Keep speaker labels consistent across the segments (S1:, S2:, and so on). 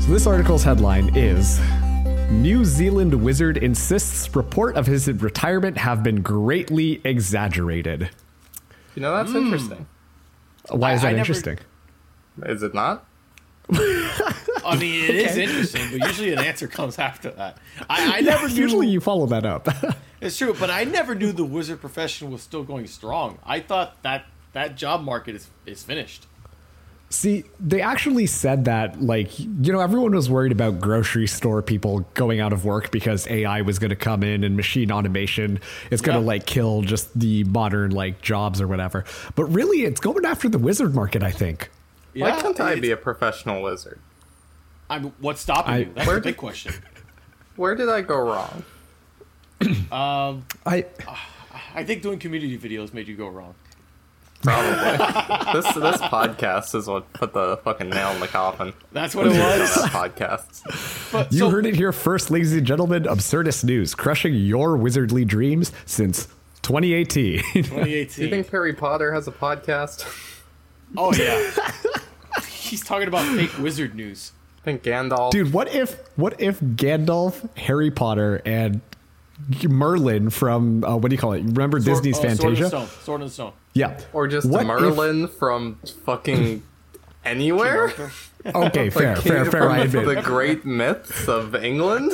S1: So this article's headline is New Zealand wizard insists report of his retirement have been greatly exaggerated.
S2: You know, that's interesting.
S1: Why is
S3: I-
S1: that
S3: I never-
S1: interesting?
S2: Is it not?
S3: I mean, it is interesting, but usually an answer comes after that. I, I never knew.
S1: Usually you follow that up.
S3: It's true, but I never knew the wizard profession was still going strong. I thought that that job market is is finished.
S1: See, they actually said that, like, you know, everyone was worried about grocery store people going out of work because AI was going to come in and machine automation is going to,
S3: Yeah.
S1: like, kill just the modern, like, jobs or whatever. But really, it's going after the wizard market, I think.
S2: Why
S3: Uh,
S2: can't I be a professional wizard?
S3: am what's stopping
S1: I-
S3: you? That's
S2: Where
S3: a
S2: did-
S3: big question.
S2: Where did I go wrong?
S1: I,
S3: I think doing community videos made you go wrong.
S2: This this podcast is what put the fucking nail in the coffin.
S3: That's what it was.
S2: That podcast.
S3: But
S1: you
S3: so,
S1: heard it here first, ladies and gentlemen. Absurdist news crushing your wizardly dreams since 2018.
S3: 2018.
S2: You think Harry Potter has a podcast?
S3: oh yeah. He's talking about fake wizard news.
S2: I think Gandalf.
S1: Dude, what if what if Gandalf, Harry Potter, and Merlin from uh, what do you call it? Remember Disney's
S3: Sword, oh,
S1: Fantasia?
S3: Sword and Stone. Sword and Stone.
S1: Yeah.
S2: Or just
S1: What if-
S2: Merlin from fucking anywhere?
S1: okay, fair,
S2: Like,
S1: fair,
S2: came
S1: fair. I
S2: From
S1: admit.
S2: the great myths of England?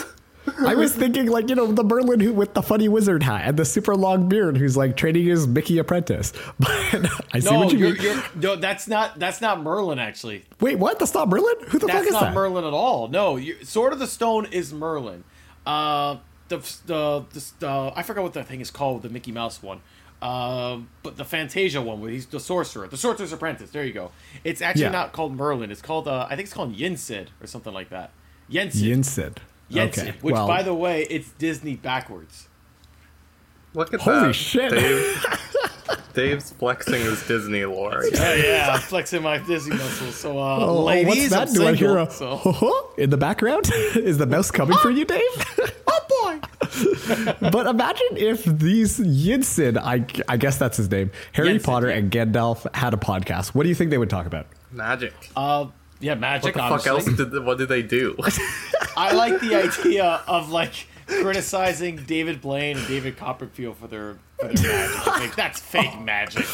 S1: I was thinking like you know the Merlin who with the funny wizard hat and the super long beard who's like training his Mickey apprentice. But I see
S3: No,
S1: what you
S3: you're,
S1: mean.
S3: you're, no, that's not that's not Merlin actually.
S1: Wait, what? That's not Merlin? Who the fuck
S3: That's
S1: is
S3: not
S1: that?
S3: Merlin at all. No, you, Sword of the Stone is Merlin. Uh, the the, the the I forgot what that thing is called, the Mickey Mouse one. Uh, but the Fantasia one where he's the sorcerer, the Sorcerer's Apprentice. There you go. It's actually
S1: Yeah.
S3: not called Merlin. It's called uh, I think it's called Yinsid or something like that. Yensid.
S1: Yinsid.
S3: Yensid.
S1: Okay.
S3: Which,
S1: well,
S3: by the way, it's Disney backwards.
S2: Look at that.
S1: Holy shit.
S2: Dave, Dave's flexing his Disney lore.
S3: Oh yeah, I'm flexing my Disney muscles. So, uh,
S1: Oh, what's
S3: ladies,
S1: that?
S3: I'm
S1: Do I hear
S3: single,
S1: a
S3: so-
S1: in the background? Is the mouse coming for you, Dave? oh boy! but imagine if these Yinsen, I, I guess that's his name, Harry
S3: Yinsen,
S1: Potter
S3: yeah.
S1: and Gandalf had a podcast. What do you think they would talk about?
S2: Magic.
S3: Uh, yeah,
S2: what
S3: magic.
S2: the
S3: obviously.
S2: fuck else did what did they do?
S3: I like the idea of like criticizing David Blaine and David Copperfield for their, for their magic. It's Like, that's fake magic.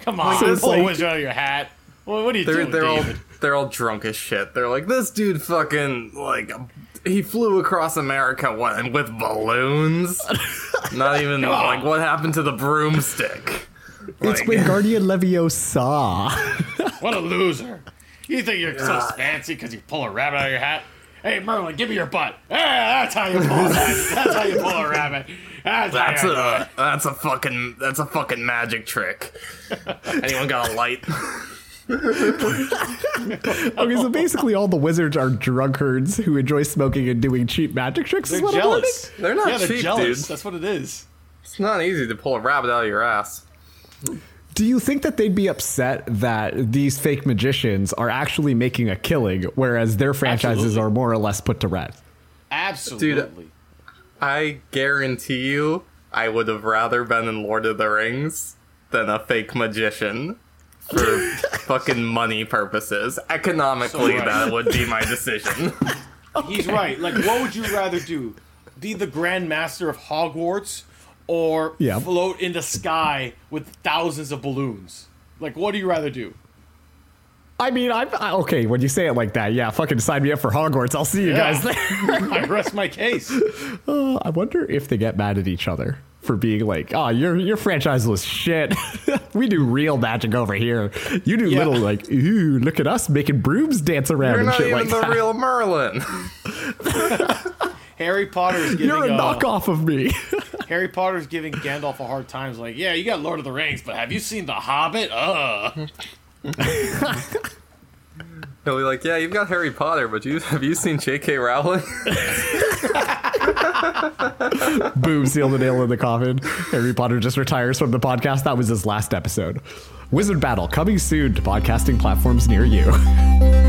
S3: Come on,
S1: So it's
S3: pull a
S1: like-
S3: wizard out of your hat. What, what are you
S2: They're
S3: doing,
S2: they're all
S3: David?
S2: they're all drunk as shit. They're like, this dude fucking like he flew across America what and with balloons? Not even
S3: on.
S2: like what happened to the broomstick?
S1: It's with Guardian Leviosa.
S3: What a loser! You think you're so fancy because you pull a rabbit out of your hat? Hey Merlin, give me your butt. Ah, that's how you pull. A rabbit. That's how you pull a rabbit. That's,
S2: That's
S3: how you
S2: a that's a fucking that's a fucking magic trick. Anyone got a light?
S1: okay, so basically all the wizards are drunkards who enjoy smoking and doing cheap magic tricks. is
S3: They're
S1: what I'm
S3: jealous.
S2: They're not
S3: yeah, they're
S2: cheap,
S3: jealous.
S2: dude.
S3: That's what it is.
S2: It's not easy to pull a rabbit out of your ass.
S1: Do you think that they'd be upset that these fake magicians are actually making a killing, whereas their franchises
S3: Absolutely.
S1: are more or less put to rest?
S3: Absolutely.
S2: I guarantee you, I would have rather been in Lord of the Rings than a fake magician for fucking money purposes. Economically,
S3: So right.
S2: that would be my decision.
S3: He's right. Like, what would you rather do? Be the Grand Master of Hogwarts or
S1: Yeah.
S3: float in the sky with thousands of balloons? Like, what do you rather do?
S1: I mean, I'm I, okay when you say it like that. Yeah, fucking sign me up for Hogwarts. I'll see you guys there.
S3: I rest my case.
S1: Uh, I wonder if they get mad at each other for being like, "Oh, your your franchise was shit. we do real magic over here. You do
S3: Yeah.
S1: little like, ooh, look at us making brooms dance around
S2: You're
S1: and
S2: not
S1: shit
S2: even
S1: like
S2: the
S1: that.
S2: real Merlin.
S3: Harry Potter's giving
S1: You're a
S3: uh,
S1: knockoff of me."
S3: Harry Potter's giving Gandalf a hard time. He's like, yeah, you got Lord of the Rings, but have you seen The Hobbit? Uh. Ugh.
S2: He'll be like, "Yeah, you've got Harry Potter, but you have you seen J.K. Rowling?"
S1: Boom, seal the nail in the coffin. Harry Potter just retires from the podcast. That was his last episode. Wizard Battle coming soon to podcasting platforms near you.